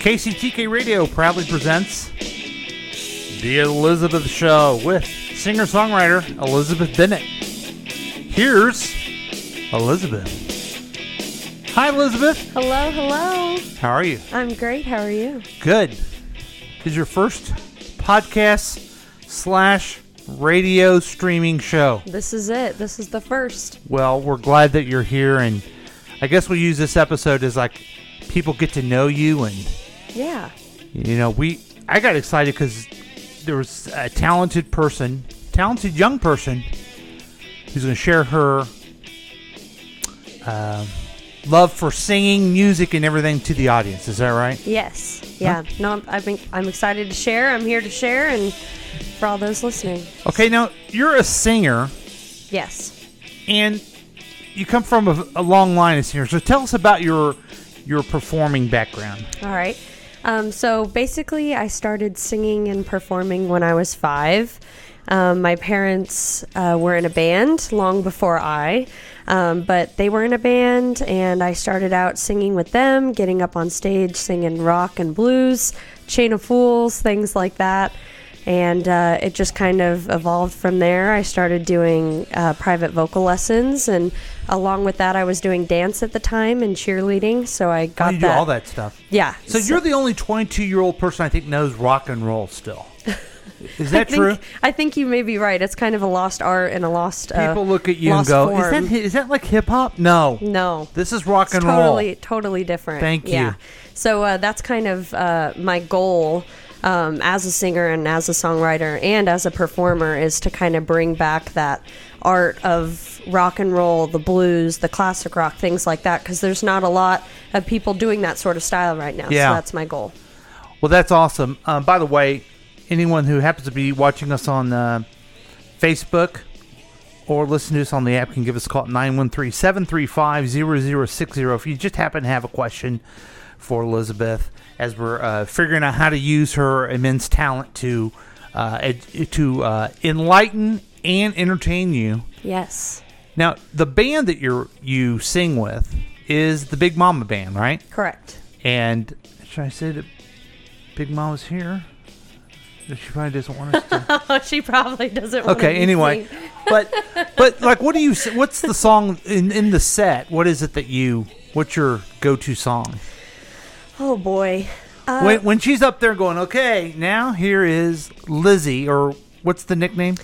KCTK Radio proudly presents The Elizabeth Show with singer songwriter Elizabeth Bennett. Here's Elizabeth. Hi, Elizabeth. Hello, hello. How are you? I'm great. How are you? Good. This is your first podcast slash radio streaming show. This is it. This is the first. Well, we're glad that you're here, and I guess we use this episode as like people get to know you, and Yeah. you know we. I got excited because there was a talented person, talented young person, who's going to share her um love for singing, music, and everything to the audience. Is that right? Yes. Yeah. No, I'm, I've been, I'm excited to share. I'm here to share and for all those listening. Okay, now you're a singer. Yes. and you come from a, a long line of singers. So tell us about your your performing background. All right. Um, so basically, I started singing and performing when I was five. Um, my parents uh, were in a band long before I, um, but they were in a band, and I started out singing with them, getting up on stage, singing rock and blues, Chain of Fools, things like that. And uh, it just kind of evolved from there. I started doing uh, private vocal lessons, and along with that, I was doing dance at the time and cheerleading. So I got you do that. all that stuff. Yeah. So you're the only 22 year old person I think knows rock and roll still. Is that I think, true? I think you may be right. It's kind of a lost art and a lost. uh, People look at you and lost go, "Is form. that hi- is that like hip hop?" No, no? This is rock It's and totally, roll. totally different. Thank you. Yeah. So uh, that's kind of uh, my goal um, as a singer and as a songwriter and as a performer is to kind of bring back that art of rock and roll, the blues, the classic rock, things like that. Because there's not a lot of people doing that sort of style right now. Yeah. So that's my goal. Well, that's awesome. Um, by the way, anyone who happens to be watching us on uh, Facebook or listen to us on the app can give us a call at 913 735 0060 if you just happen to have a question for Elizabeth as we're uh, figuring out how to use her immense talent to, uh, ed- to uh, enlighten and entertain you. Yes. Now, the band that you're, you sing with is the Big Mama Band, right? Correct. And should I say that Big Mama's here? She probably doesn't want us to. she probably doesn't. wanna okay, be anyway, seen. but but like, what do you? s- What's the song in in the set? What is it that you? What's your go to song? Oh boy. Uh, when when she's up there going, okay, now here is Lizzie, or what's the nickname?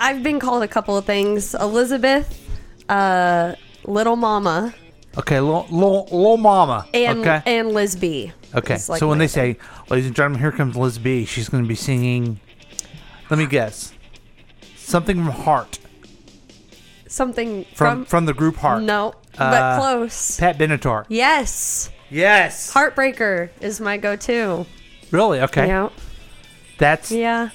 I've been called a couple of things: Elizabeth, uh, Little Mama, Okay, little little mama. and okay, and Liz B. okay. It's like so when my they say, ladies and gentlemen, here comes Liz B. She's going to be singing. Let me guess, something from Heart. something from from, from the group Heart. no, Uh, but close. Pat Benatar. yes, Yes. Heartbreaker is my go-to. Really? Okay. Yeah, That's yeah.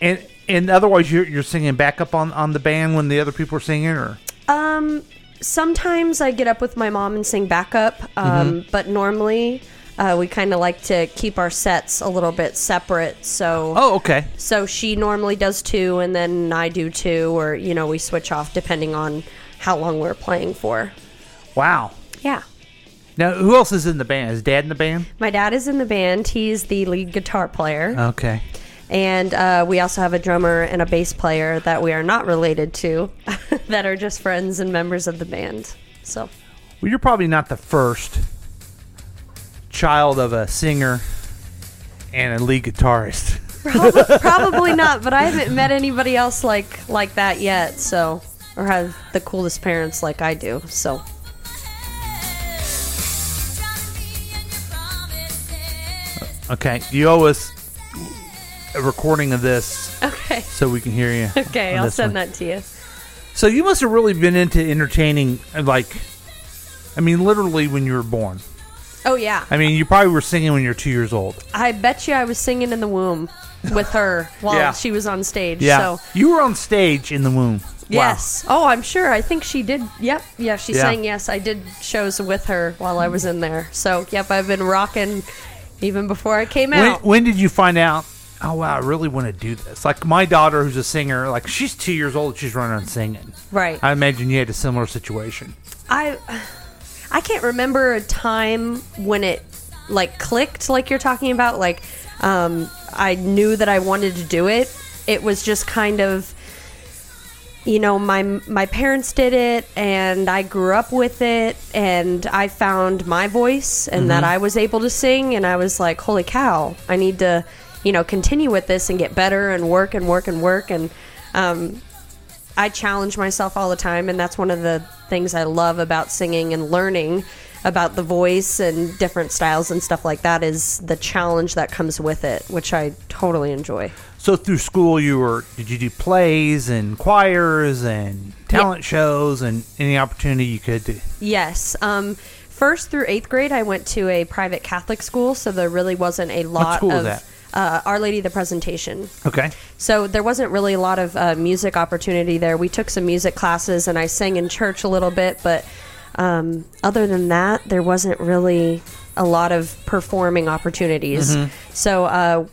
and and otherwise you're you're singing backup on on the band when the other people are singing or Um, sometimes I get up with my mom and sing backup, um, Mm-hmm. but normally uh, we kind of like to keep our sets a little bit separate. So oh okay So she normally does two, and then I do two, or you know, we switch off depending on how long we're playing for. wow Yeah. now who else is in the band is dad in the band My dad is in the band. He's the lead guitar player. okay And uh, we also have a drummer and a bass player that we are not related to, that are just friends and members of the band. So, well you're probably not the first child of a singer and a lead guitarist Prob- probably not, but I haven't met anybody else like, like that yet. So, or have the coolest parents like I do. So, okay you owe us a recording of this okay. so we can hear you Okay, on I'll this send one. that to you. So you must have really been into entertaining, like, I mean, literally when you were born. Oh, yeah. I mean, you probably were singing when you were two years old. I bet you I was singing in the womb with her while Yeah. she was on stage. So you were on stage in the womb. yes. Oh, I'm sure. I think she did. Yep. Yeah, she Yeah. sang. Yes, I did shows with her while I was in there. So yep, I've been rocking even before I came Wow. When, out. when did you find out? Oh wow, I really want to do this. Like my daughter, who's a singer, like she's two years old, she's running on singing. right. I imagine you had a similar situation. I I can't remember a time when it like clicked, like you're talking about, like um, I knew that I wanted to do it. It was just kind of, you know, my my parents did it, and I grew up with it, and I found my voice, and that I was able to sing, and I was like, holy cow, I need to, you know, continue with this and get better and work and work and work and. Um, I challenge myself all the time, and that's one of the things I love about singing and learning about the voice and different styles and stuff like that is the challenge that comes with it, which I totally enjoy. So through school, you were did you do plays and choirs and talent shows and any opportunity you could do? Yes. Um, first through eighth grade, I went to a private Catholic school, so there really wasn't a lot school was of that? Uh, Our Lady of the Presentation. Okay, So there wasn't really a lot of uh, music opportunity there. We took some music classes and I sang in church a little bit, but um, other than that, there wasn't really a lot of performing opportunities. So uh,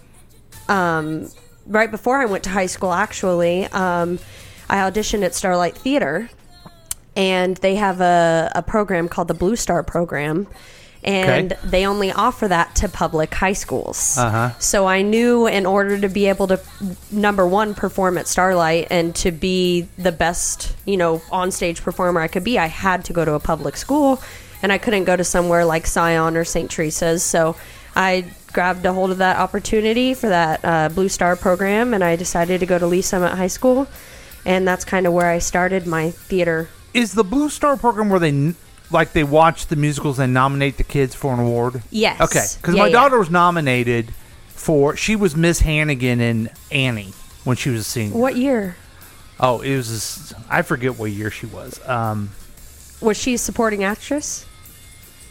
um, right before I went to high school, actually, um, I auditioned at Starlight Theater, and they have a, a program called the Blue Star Program. And Okay. they only offer that to public high schools. Uh-huh. So I knew in order to be able to, number one, perform at Starlight and to be the best, you know, onstage performer I could be, I had to go to a public school and I couldn't go to somewhere like Scion or St. Teresa's. So I grabbed a hold of that opportunity for that uh, Blue Star program and I decided to go to Lee Summit High School. And that's kind of where I started my theater. is the Blue Star program where they n- like they watch the musicals and nominate the kids for an award? Yes. Okay, because Yeah, my yeah. daughter was nominated for she was Miss Hannigan in Annie when she was a senior. What year? Oh, it was this, I forget what year she was. Um, Was she a supporting actress?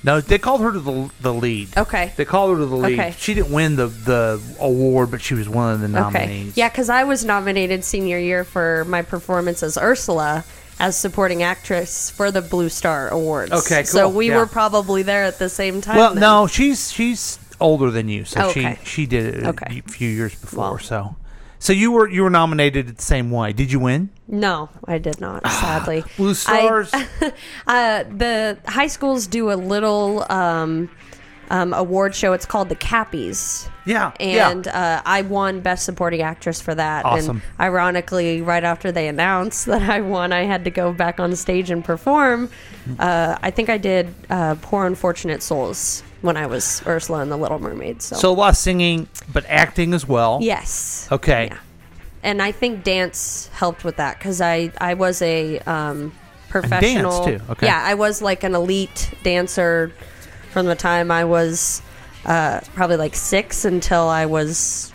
no, they called her to the the lead. Okay. They called her to the lead. Okay. She didn't win the the award, but she was one of the nominees. Okay. Yeah, because I was nominated senior year for my performance as Ursula as supporting actress for the Blue Star Awards. Okay, So cool. we Yeah. were probably there at the same time. Well, then. no, she's she's older than you, so Oh, Okay. she she did it Okay. a few years before. Well. So, so you were you were nominated the same way. Did you win? No, I did not, sadly. Ah, Blue Stars. I, uh, the high schools do a little um, um, award show. It's called the Cappies. yeah, and yeah. uh, I won Best Supporting Actress for that. Awesome. And ironically, right after they announced that I won, I had to go back on stage and perform. Uh, I think I did uh, "Poor Unfortunate Souls" when I was Ursula in The Little Mermaid. So, So a lot of singing, but acting as well. yes, Okay. Yeah. and I think dance helped with that because I I was a um, professional. too, okay. Yeah, I was like an elite dancer from the time I was uh, probably like six until I was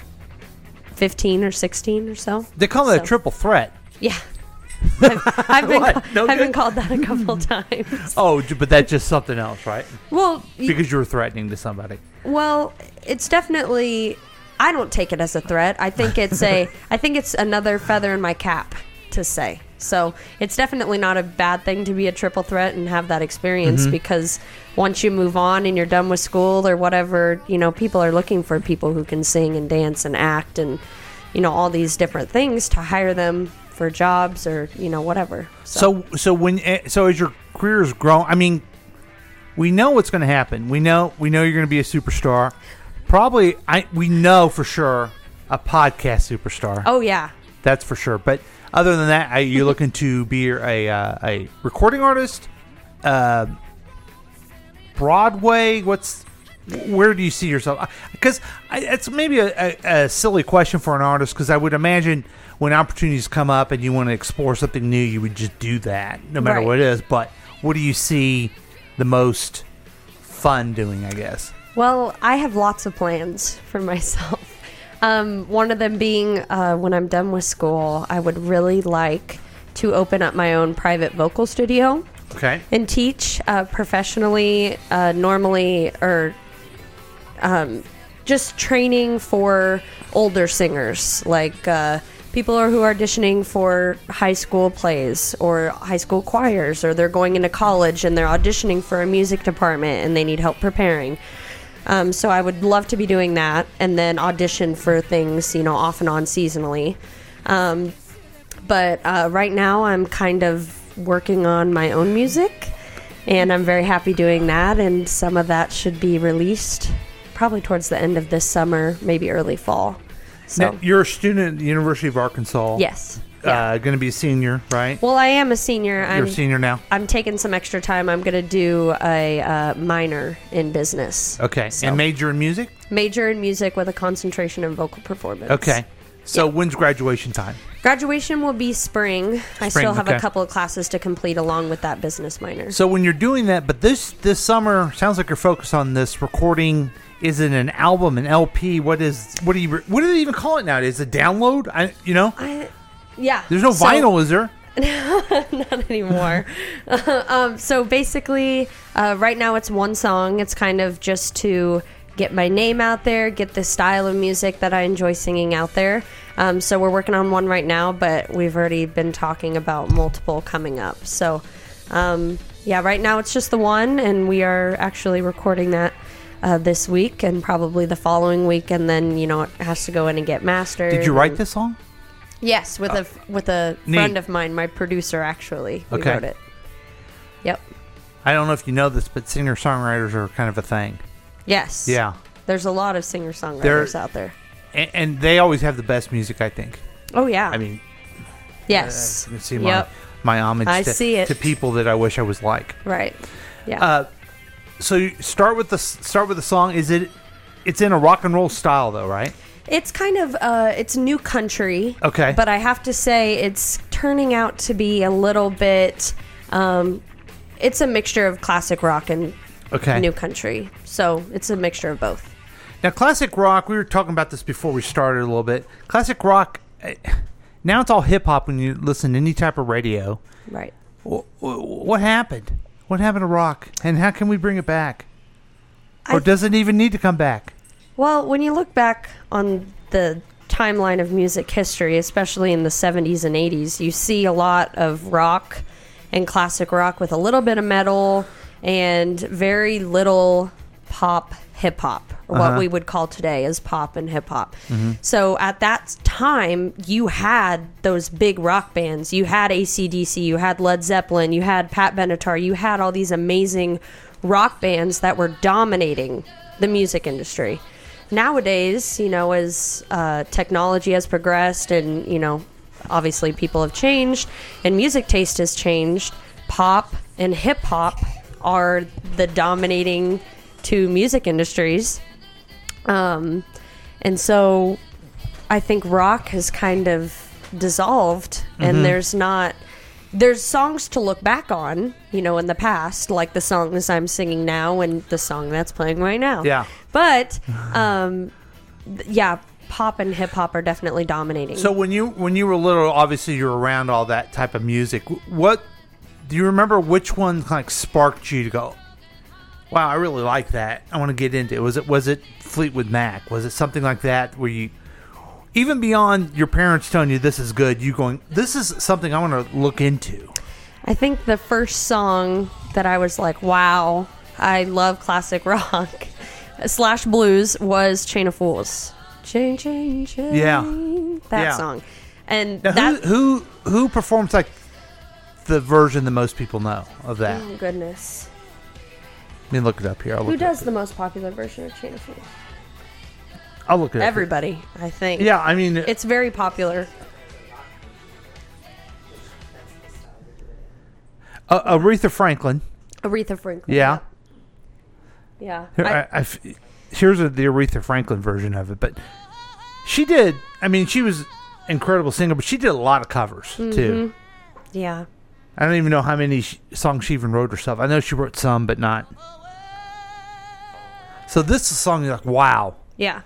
fifteen or sixteen or so. They call it So- a triple threat. Yeah. I've, I've been What? ca- No I've good? been called that a couple times. Oh, j- but that's just something else, right? Well, y- Because you were threatening to somebody. Well, it's definitely. I don't take it as a threat. I think it's a. I think it's another feather in my cap to say. So it's definitely not a bad thing to be a triple threat and have that experience because once you move on and you're done with school or whatever, you know, people are looking for people who can sing and dance and act and, you know, all these different things to hire them for jobs or you know whatever. So so when eh, so as your career's grown, I mean, we know what's going to happen. We know we know you're going to be a superstar. Probably, I we know for sure a podcast superstar. oh yeah, that's for sure. But other than that, I, you're looking to be a uh, a recording artist, uh, Broadway. What's where do you see yourself? Because it's maybe a, a, a silly question for an artist. Because I would imagine when opportunities come up and you want to explore something new, you would just do that, no matter Right. what it is. But what do you see the most fun doing? I guess. Well, I have lots of plans for myself. Um, one of them being uh, when I'm done with school, I would really like to open up my own private vocal studio Okay. and teach uh, professionally, uh, normally, or um, just training for older singers, like uh, people who are auditioning for high school plays or high school choirs, or they're going into college and they're auditioning for a music department and they need help preparing. Um, so I would love to be doing that, and then audition for things, you know, off and on seasonally. Um, but uh, right now I'm kind of working on my own music, and I'm very happy doing that. And some of that should be released probably towards the end of this summer, maybe early fall. So, Now, you're a student at the University of Arkansas. yes. Yeah. Uh, going to be a senior, right? well, I am a senior. you're I'm a senior now. I'm taking some extra time. I'm going to do a uh, minor in business. Okay. So- And major in music? Major in music with a concentration in vocal performance. Okay. So when's graduation time? Graduation will be spring. Spring, I still have okay. a couple of classes to complete along with that business minor. So when you're doing that, but this this summer sounds like you're focused on this recording. Is it an album, an LP? What is what do you what do they even call it now? Is it download? I you know, I, yeah. there's no So- vinyl, is there? not anymore. um, so basically, uh, right now it's one song. It's kind of just to get my name out there, get the style of music that I enjoy singing out there. Um, so we're working on one right now, but we've already been talking about multiple coming up. So um, yeah, right now it's just the one, and we are actually recording that. Uh, this week and probably the following week, and then you know it has to go in and get mastered. Did you write and- this song? Yes, with a f- with a Uh, Neat. friend of mine, my producer actually. We Okay. wrote it. Yep. I don't know if you know this, but singer songwriters are kind of a thing. Yes. Yeah, There's a lot of singer There- songwriters out there. and, and they always have the best music. I think. Oh yeah. I mean, uh, yes. you can see my yep. my homage I to, see it. to people that I wish I was like. Right. Yeah. Uh, so you start with the s- start with the song. Is it? It's in a rock and roll style, though, right? it's kind of uh, it's new country. Okay. But I have to say, it's turning out to be a little bit. Um, it's a mixture of classic rock and Okay. new country, so it's a mixture of both. Now, classic rock, we were talking about this before we started a little bit. Classic rock, eh, now it's all hip hop when you listen to any type of radio. Right. Wh- wh- What happened? What happened to rock? And how can we bring it back? Or I- does it even need to come back? Well, when you look back on the timeline of music history, especially in the 70s and 80s, you see a lot of rock and classic rock with a little bit of metal and very little pop hip hop, or what we would call today as pop and hip hop. So at that time, you had those big rock bands. You had ACDC, you had Led Zeppelin, you had Pat Benatar, you had all these amazing rock bands that were dominating the music industry nowadays, you know, as uh, technology has progressed and, you know, obviously people have changed and music taste has changed, pop and hip hop are the dominating two music industries. Um, and so I think rock has kind of dissolved, and there's not there's songs to look back on, you know, in the past, like the songs I'm singing now and the song that's playing right now. Yeah. but um, th- yeah, pop and hip hop are definitely dominating. So when you when you were little, obviously you were around all that type of music. Wh- What do you remember? Which one like sparked you to go? Wow, I really like that. I want to get into it. Was it was it Fleetwood Mac? Was it something like that where you even beyond your parents telling you this is good, you going this is something I want to look into. I think the first song that I was like, wow, I love classic rock slash blues was Chain of Fools. Chain, chain, chain. Yeah. That Yeah. song. And Now, that. who who who performs like the version that most people know of that? Oh, goodness. Let me look it up here. I'll look Who it up. does the most popular version of Chain of Fools? I'll look it up. here. Everybody, I think. Yeah, I mean, It's very popular. uh, Aretha Franklin. Aretha Franklin. Yeah. Yeah. Here, I- I- I f- here's a, the Aretha Franklin version of it, but she did. I mean, she was incredible singer, but she did a lot of covers Mm-hmm. too. yeah. I don't even know how many sh- songs she even wrote herself. I know she wrote some, but not. So this is a song you're like, wow, Yeah.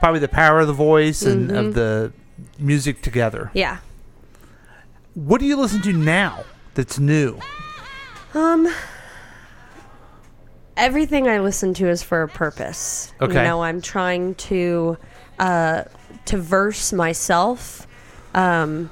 probably the power of the voice and Mm-hmm. of the music together. Yeah. What do you listen to now that's new? Um, everything I listen to is for a purpose. Okay. You know, I'm trying to uh, to verse myself um,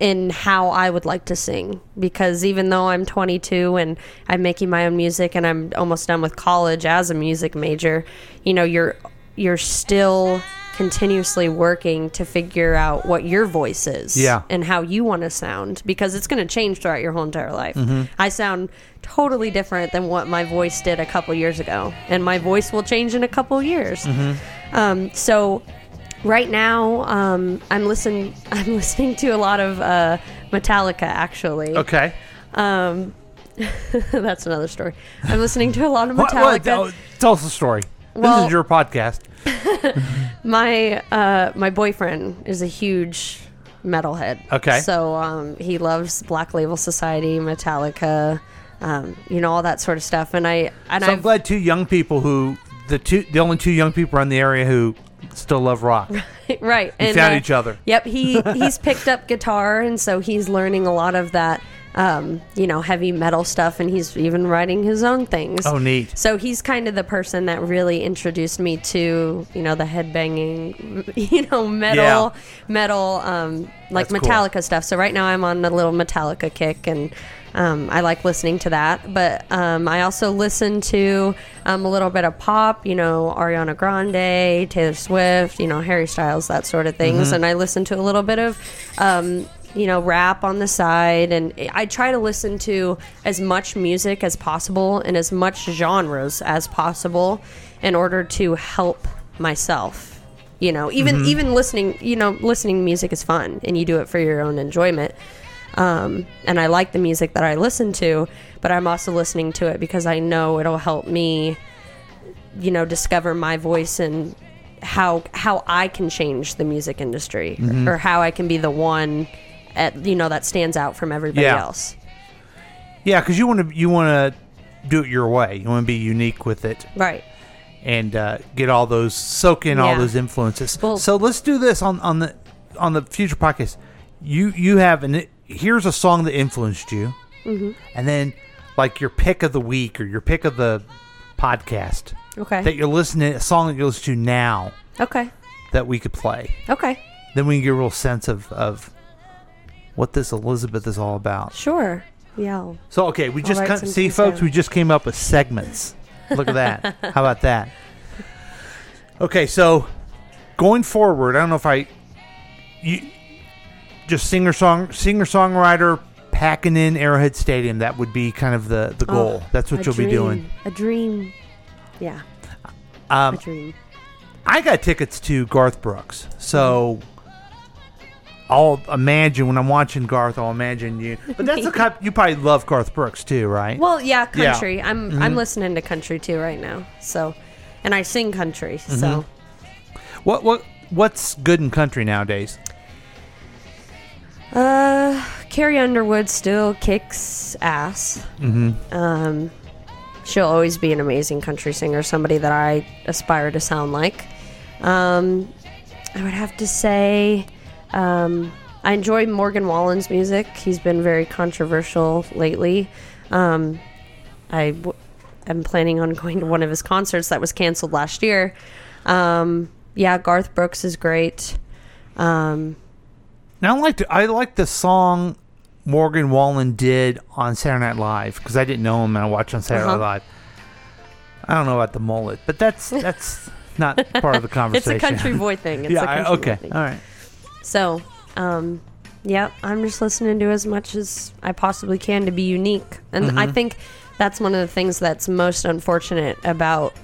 in how I would like to sing because even though I'm 22 and I'm making my own music and I'm almost done with college as a music major, you know, you're you're still continuously working to figure out what your voice is Yeah. and how you want to sound because it's going to change throughout your whole entire life. I sound totally different than what my voice did a couple years ago, and my voice will change in a couple years. Um, so right now, um, I'm listen I'm listening to a lot of uh, Metallica actually. Okay. Um, that's another story. I'm listening to a lot of What, Metallica. what, oh, tell us the story. this Well- is your podcast. My uh, my boyfriend is a huge metalhead. Okay. So um, he loves Black Label Society, Metallica, um, you know all that sort of stuff. And I and So I'm I've- glad two young people who the two the only two young people around the area who still love rock. right. You and, found uh, each other. Yep. He he's picked up guitar, and so he's learning a lot of that, um, you know, heavy metal stuff, and he's even writing his own things. Oh, neat. So he's kind of the person that really introduced me to, you know, the headbanging, you know, metal, Yeah. metal, um, like That's cool. Metallica stuff. So right now I'm on a little Metallica kick, and um, I like listening to that. But um, I also listen to um, a little bit of pop, you know, Ariana Grande, Taylor Swift, you know, Harry Styles, that sort of things. Mm-hmm. And I listen to a little bit of. Um, you know, rap on the side, and I try to listen to as much music as possible and as much genres as possible in order to help myself you know even Mm-hmm. even listening you know listening to music is fun and you do it for your own enjoyment um, and i like the music that i listen to but i'm also listening to it because i know it'll help me you know discover my voice and how how i can change the music industry Mm-hmm. or how i can be the one at you know that stands out from everybody Yeah. else Yeah, because you want to you want to do it your way. You want to be unique with it right and uh, get all those soak in all Yeah. those influences. Well- so let's do this on on the on the future podcast. You you have an here's a song that influenced you, Mm-hmm. and then like your pick of the week or your pick of the podcast okay that you're listening a song that you listen to now okay that we could play. okay Then we can get a real sense of of what this Elizabeth is all about. sure yeah I'll- So okay, we just write come, some see, things folks. down. We just came up with segments. Look at that. How about that? Okay, so going forward, I don't know if I you just singer song singer songwriter packing in Arrowhead Stadium. That would be kind of the the goal. oh, That's what a you'll be doing. dream. a dream yeah Um, a dream I got tickets to Garth Brooks, so I'll imagine when I'm watching Garth, I'll imagine you. But that's the kind you probably love Garth Brooks too, right? Well, Yeah. yeah, Mm-hmm. country. I'm I'm listening to country too right now. So, and I sing country. Mm-hmm. So, What what what's good in country nowadays? uh, Carrie Underwood still kicks ass. Mm-hmm. Um, she'll always be an amazing country singer. Somebody that I aspire to sound like. Um, I would have to say, um, I enjoy Morgan Wallen's music. He's been very controversial lately. Um, I w- am planning on going to one of his concerts that was canceled last year. Um, yeah, Garth Brooks is great. Um, Now I like to, I like the song Morgan Wallen did on Saturday Night Live because I didn't know him and I watched on Saturday Uh-huh. Night Live. I don't know about the mullet, but that's that's not part of the it's conversation. a country boy thing. It's yeah. a I- country okay. Boy thing. All right. So, um, yeah, I'm just listening to as much as I possibly can to be unique. And I think that's one of the things that's most unfortunate about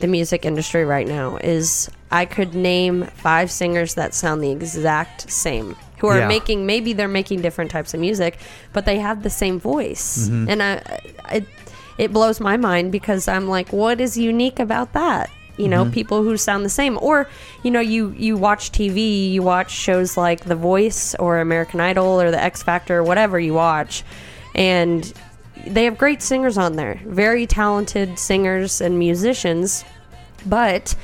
the music industry right now is I could name five singers that sound the exact same who are Yeah. making maybe they're making different types of music, but they have the same voice. And I, I it blows my mind because I'm like, what is unique about that? You know, people who sound the same, or you know, you you watch TV, you watch shows like The Voice or American Idol or The X Factor, whatever you watch, and they have great singers on there, very talented singers and musicians, but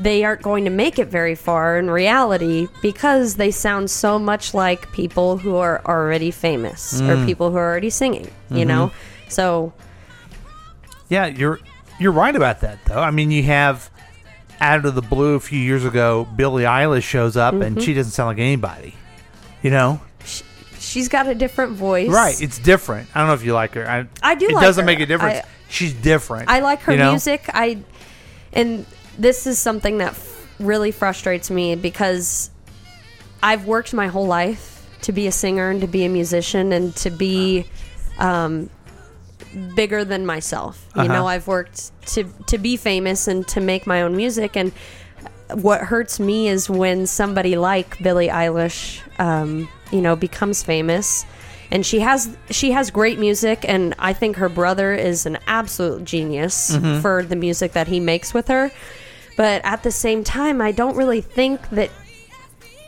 they aren't going to make it very far in reality because they sound so much like people who are already famous or people who are already singing, you know? So Yeah, you're you're right about that though. I mean, you have out of the blue a few years ago, Billie Eilish shows up Mm-hmm. and she doesn't sound like anybody. You know, she's got a different voice. right? It's different. I don't know if you like her. I, I do It like doesn't her. make a difference. I- She's different. I like her you know? music. I and this is something that f- really frustrates me because I've worked my whole life to be a singer and to be a musician and to be um, bigger than myself. You know, I've worked to to be famous and to make my own music. And what hurts me is when somebody like Billie Eilish, um, you know, becomes famous. And she has she has great music, and I think her brother is an absolute genius for the music that he makes with her. But at the same time, I don't really think that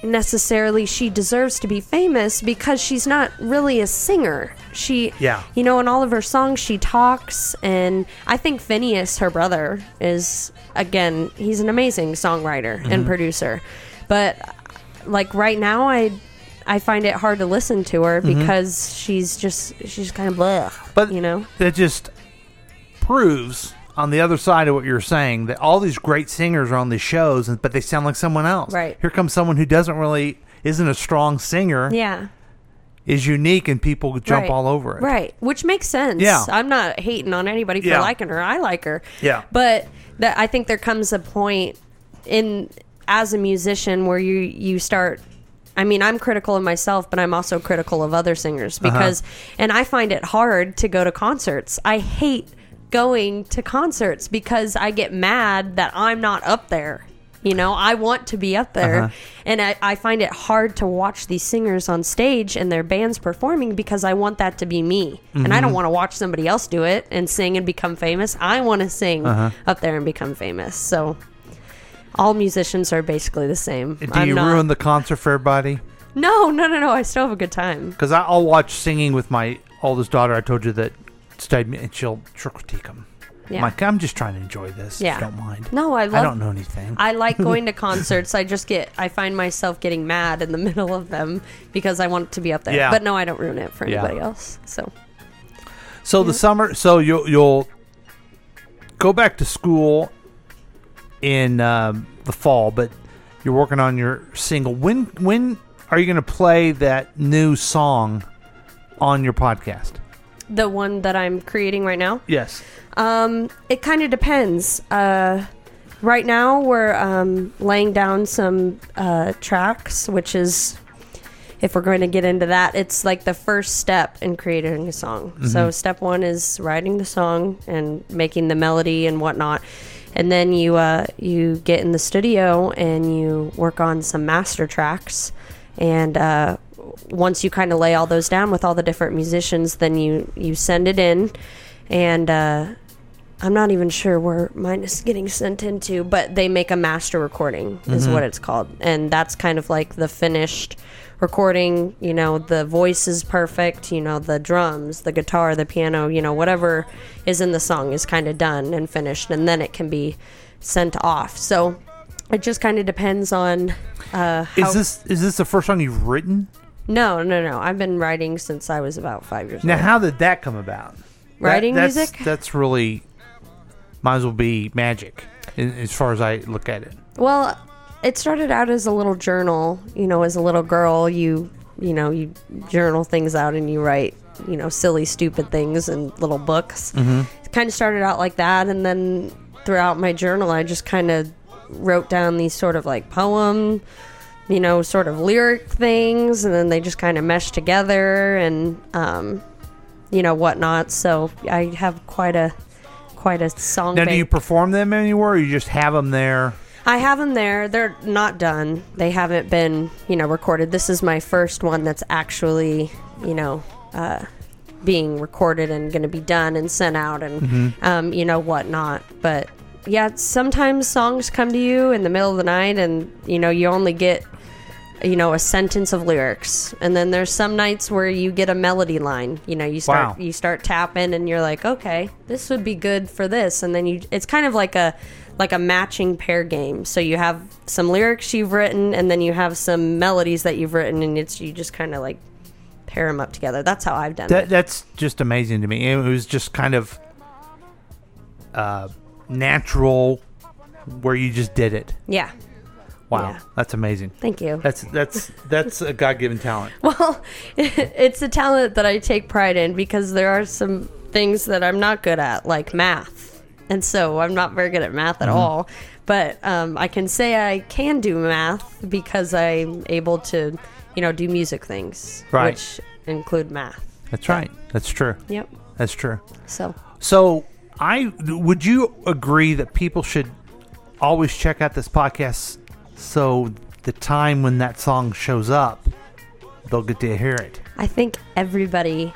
necessarily she deserves to be famous because she's not really a singer. She, Yeah. you know, in all of her songs, she talks, and I think Phineas, her brother, is again, he's an amazing songwriter Mm-hmm. and producer. But like right now, I. I find it hard to listen to her because she's just she's kind of blah, Mm-hmm. But you know. that just proves on the other side of what you're saying that all these great singers are on these shows, and- but they sound like someone else. Right. Here comes someone who doesn't really isn't a strong singer, Yeah. is unique, and people jump Right. all over it. Right, which makes sense. Yeah. I'm not hating on anybody for Yeah. liking her. I like her. Yeah. But that I think there comes a point in as a musician where you you start I mean, I'm critical of myself, but I'm also critical of other singers Uh-huh. because and I find it hard to go to concerts. I hate going to concerts because I get mad that I'm not up there. You know, I want to be up there. Uh-huh. And I, I find it hard to watch these singers on stage and their bands performing because I want that to be me. And I Mm-hmm. don't want to watch somebody else do it and sing and become famous. I want to sing Uh-huh. up there and become famous. So all musicians are basically the same. Do I'm you not- ruin the concert for everybody? No, no, no, no. I still have a good time. Because I'll watch singing with my oldest daughter. I told you that studied me, and she'll, she'll critique them. Yeah. I'm like, I'm just trying to enjoy this, Yeah. if you don't mind. No, I love. I don't know anything. I like going to concerts. I just get. I find myself getting mad in the middle of them because I want to be up there. Yeah. But no, I don't ruin it for Yeah. anybody else. So So the summer, so you'll you'll go back to school in um, the fall, but you're working on your single. When when are you going to play that new song on your podcast? the one that I'm creating right now, Yes. um, it kind of depends. Uh, right now, we're um, laying down some uh, tracks, which is. If we're going to get into that, it's like the first step in creating a song. So, step one is writing the song and making the melody and whatnot. And then you uh, you get in the studio and you work on some master tracks. And uh, once you kind of lay all those down with all the different musicians, then you you send it in. And uh, I'm not even sure where mine is getting sent into, but they make a master recording, Mm-hmm. is what it's called. And that's kind of like the finished recording. You know, the voice is perfect, you know, the drums, the guitar, the piano, you know, whatever is in the song is kind of done and finished. And then it can be sent off. So it just kind of depends on uh, how. Is this is this the first song you've written? no, no, no. I've been writing since I was about five years Now, old. how did that come about? That- Writing that's, music? That's really might as well be magic, i- as far as I look at it. Well, it started out as a little journal. You know, as a little girl, you you know you journal things out and you write you know silly, stupid things in little books. Mm-hmm. It kind of started out like that, and then throughout my journal, I just kind of wrote down these sort of like poem, you know, sort of lyric things, and then they just kind of meshed together and um, you know whatnot. So I have quite a quite a song. Now, do bank you perform them anywhere, or you just have them there? I have them there. They're not done. They haven't been, you know, recorded. This is my first one that's actually, you know, uh, being recorded and going to be done and sent out and, um, you know, whatnot. But yeah, sometimes songs come to you in the middle of the night and, you know, you only get you know a sentence of lyrics and then there's some nights where you get a melody line you know you Wow. start you start tapping and you're like okay this would be good for this and then you it's kind of like a like a matching pair game so you have some lyrics you've written and then you have some melodies that you've written and it's you just kind of like pair them up together that's how i've done That it that's just amazing to me. It was just kind of uh, natural where you just did it. yeah Wow, Yeah. that's amazing. thank you That's that's that's a God given talent. Well, it's a talent that I take pride in because there are some Mm-hmm. things that I'm not good at, like math. And so I'm not very good at math at all. But um, I can say I can do math because I'm able to, you know, do music things, Right. which include math. That's right. That's true. Yep. That's true. So So, I would you agree that people should always check out this podcast so the time when that song shows up, they'll get to hear it. I think everybody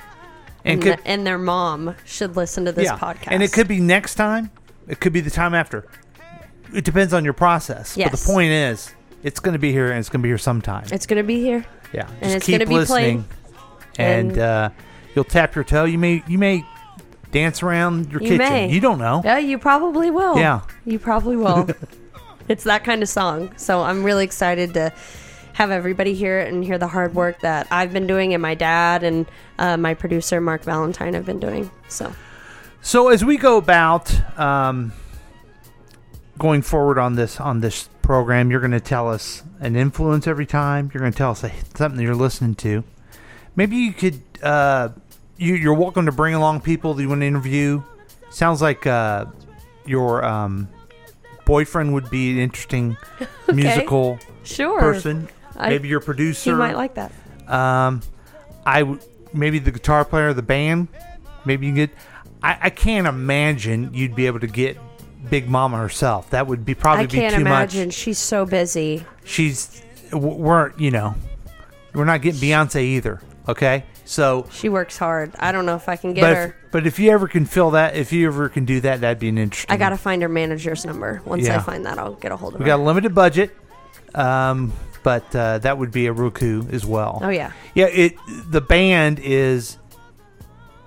And and, could, and their mom should listen to this yeah, podcast. and it could be next time. It could be the time after. It depends on your process. But Yes. the point is, it's going to be here and it's going to be here sometime. It's gonna be here. yeah, just it's keep gonna be listening, played. and, And- uh, you'll tap your toe. You may you may dance around your You kitchen. may. You don't know. Yeah, you probably will. Yeah. You probably will. it's that kind of song. So I'm really excited to have everybody hear it and hear the hard work that I've been doing and my dad and uh, my producer, Mark Valentine, have been doing. So So as we go about um, going forward on this on this program, you're going to tell us an influence every time. You're going to tell us a, something you're listening to. Maybe you could. Uh, you, you're welcome to bring along people that you want to interview. Sounds like uh, your um, boyfriend would be an interesting musical sure. person. I- maybe your He producer. might like that. Um, I w- maybe the guitar player, the band. Maybe you get. I, I can't imagine you'd be able to get Big Mama herself. That would be probably I can't be too imagine. much. She's so busy. She's w- we're you know we're not getting Beyonce either. Okay, so She works hard. I don't know if I can get but her. if, but if you ever can fill that, if you ever can do that, that'd be an interesting. I gotta find her manager's number. Once Mm-hmm. Yeah. I find that, I'll get a hold of We her. got a limited budget, um, but uh, that would be a Roku as well. oh yeah, Yeah, it the band is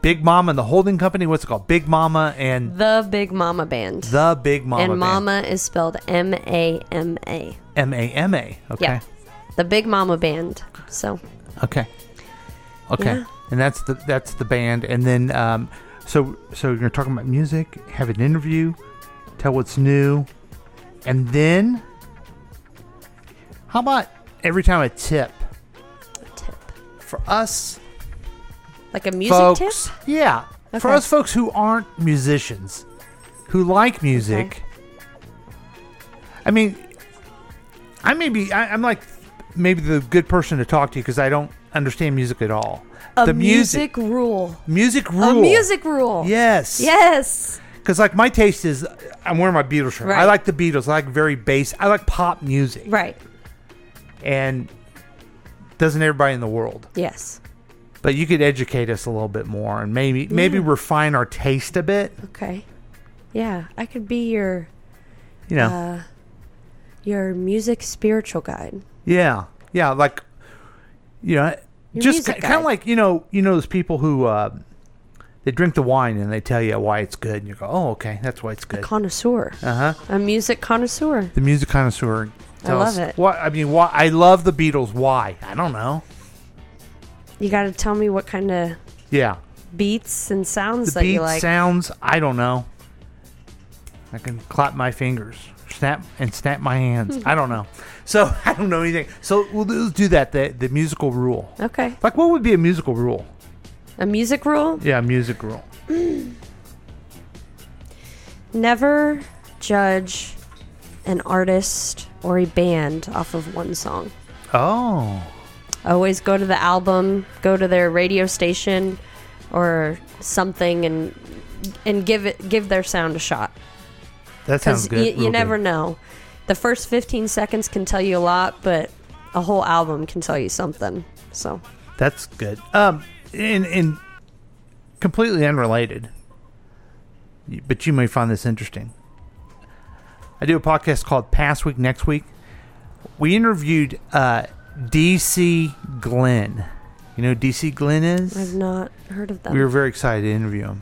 Big Mama and the holding company. What's it called? Big Mama and the Big Mama Band. the Big Mama. and Mama is spelled M A M A. M A M A. Okay. Yeah. The Big Mama Band. So Okay. Okay. Yeah. And that's the that's the band. And then um, so so you're talking about music, have an interview, tell what's new, and then how about every time a tip tip. for us Like a music folks. tip? Yeah. For Okay. us folks who aren't musicians, who like music. I mean, I may be, I, I'm like maybe the good person to talk to because I don't understand music at all. A the music, rule. Music rule. A music rule. Yes. Yes. Because like my taste is, I'm wearing my Beatles shirt. I Right. like the Beatles. I like very bass. I like pop music. Right. And doesn't everybody in the world? Yes. But you could educate us a little bit more and maybe maybe Mm. refine our taste a bit. Okay. Yeah, I could be your You know. uh, your music spiritual guide. Yeah, yeah, like you know, Your just music kind of guide. like you know, you know those people who uh, they drink the wine and they tell you why it's good, and you go, "Oh, okay, that's why it's good." Connoisseur. Uh huh. A music connoisseur. The music connoisseur. I tells- love it. Why, I mean, why I love the Beatles. Why? I don't know. You got to tell me what kind of Yeah, beats and sounds the that beat you like. sounds. I don't know. I can clap my fingers, snap and snap my hands. I don't know. So I don't know anything. So we'll do- do that. The the musical rule. okay. Like, what would be a musical rule? A music rule? Yeah, music rule. Never judge an artist or a band off of one song. Oh. Always go to the album, go to their radio station or something and and give it give their sound a shot That sounds cuz good. you never know. The first 15 seconds can tell you a lot, but a whole album can tell you something. So, That's good. Um, and and completely unrelated, but you may find this interesting. I do a podcast called Past Week Next Week. We interviewed uh, DC Glenn. You know who DC Glenn is. I've not heard of them. we were very excited to interview him.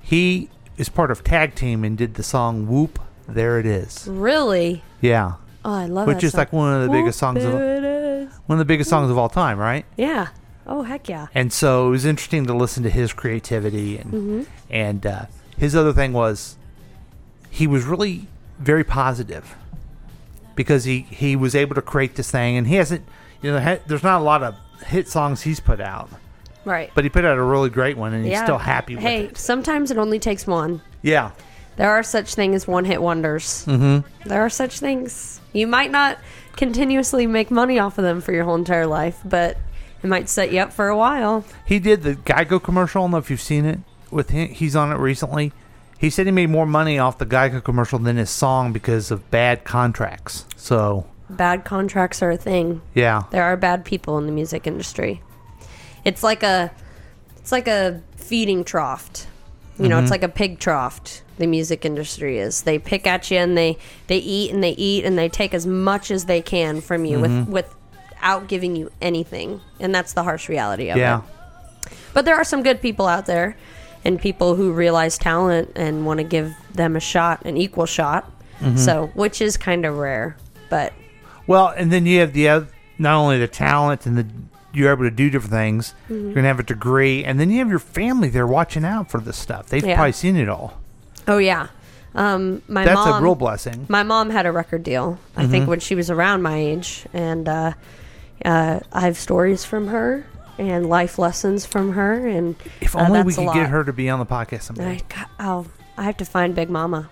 He is part of tag team and did the song "Whoop." There it is. Really? Yeah, Oh, I love which that is song. like one of the biggest Whoop, songs of there it is. one of the biggest songs of all time, right? Yeah. Oh, heck yeah. and so it was interesting to listen to his creativity and and uh, his other thing was he was really very positive because he he was able to create this thing and he hasn't you know ha- there's not a lot of hit songs he's put out Right. but he put out a really great one and he's still happy with hey, it sometimes it only takes one. yeah There are such things as one hit wonders. Mm-hmm. There are such things. You might not continuously make money off of them for your whole entire life, but it might set you up for a while. He did the Geico commercial. I don't know if you've seen it. With him, he's on it recently. He said he made more money off the Geico commercial than his song because of bad contracts. So Bad contracts are a thing. yeah, There are bad people in the music industry. It's like a it's like a feeding trough. You know, it's like a pig trough. The music industry is. They pick at you and they they eat and they eat and they take as much as they can from you with without giving you anything. And that's the harsh reality of yeah. it. But there are some good people out there and people who realize talent and want to give them a shot, an equal shot. Mm-hmm. So, which is kind of rare, but Well, and then you have the oth- not only the talent and the you're able to do different things. Mm-hmm. You're gonna have a degree, and then you have your family there watching out for this stuff. They've Yeah. probably seen it all. Oh yeah, um, my That's a mom. real Mm-hmm. blessing. my mom had a record deal. I think when she was around my age, and uh, uh, I have stories from her and life lessons from her. And If uh, only we that's a could lot. get her to be on the podcast someday. I, will I have to find Big Mama.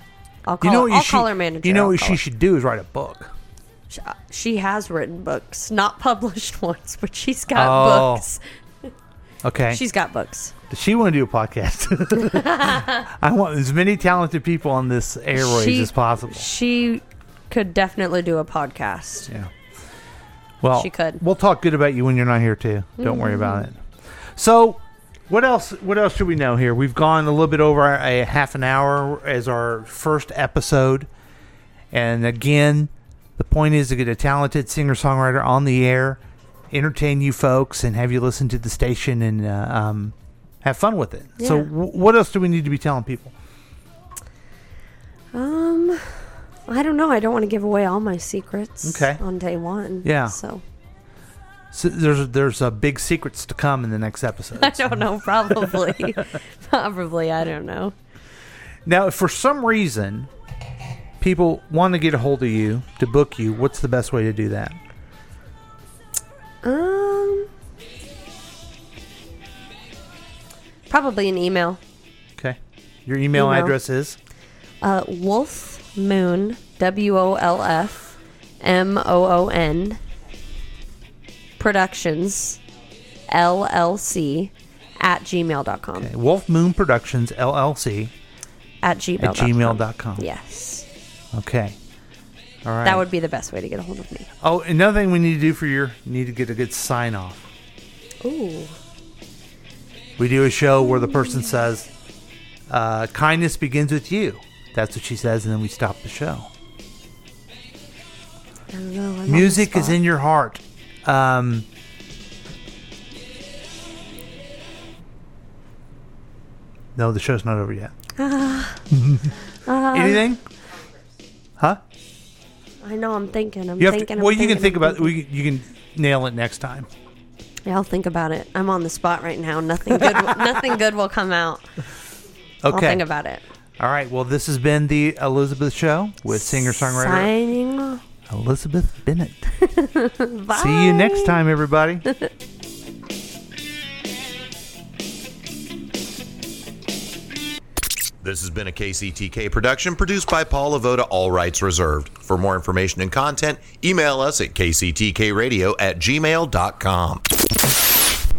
I'll call. You know what you I'll should, call her manager. You know I'll what call she her. should do is write a book. She- uh, she has written books, not published ones, but she's got Oh. books. Okay. She's got books. Does she want to do a podcast? I want as many talented people on this airways She- as possible. She could definitely do a podcast. Yeah. Well, She could. Mm-hmm. We'll talk good about you when you're not here too. Don't worry about it. So, what else? What else should we know here? We've gone a little bit over our- a half an hour as our first episode, and again, the point is to get a talented singer songwriter on the air, entertain you folks, and have you listen to the station and uh, um, have fun with it. So, Yeah. w- what else do we need to be telling people? Um, I don't know. I don't want to give away all my secrets. Okay. On day one. Yeah. So So there's there's uh, big secrets to come in the next episode. I don't know. Probably. probably. I don't know. Now, if for some reason people want to get a hold of you to book you, what's the best way to do that? Um. Probably an email. Okay. Your email, Email. address is Uh, Wolf Moon. W O L F M O O N. Productions. LLC at gmail.com. Wolf Moon Productions LLC At gmail. at gmail.com. Yes. Okay. All right. That would be the best way to get a hold of me. Oh, another thing we need to do for your you need to get a good sign off. Ooh. We do a show where the person says, uh, "Kindness begins with you." That's what she says, and then we stop the show. I don't know. I'm on the Music is spot. in your heart. Um, no, the show's not over yet. Ah. Um, Anything? Huh? I know. I'm thinking. I'm You have thinking. to, I'm well, you can thinking, think I'm about. thinking. We, can- you can nail it next time. Yeah, I'll think about it. I'm on the spot right now. Nothing good. will- nothing good will come out. Okay. I'll think about it. All right. Well, this has been the Elizabeth Show with singer songwriter Signing off. Elizabeth Bennett. Bye. See you next time, everybody. This has been a KCTK production produced by Paul Lavoda, all rights reserved. For more information and content, email us at kctkradio at gmail.com.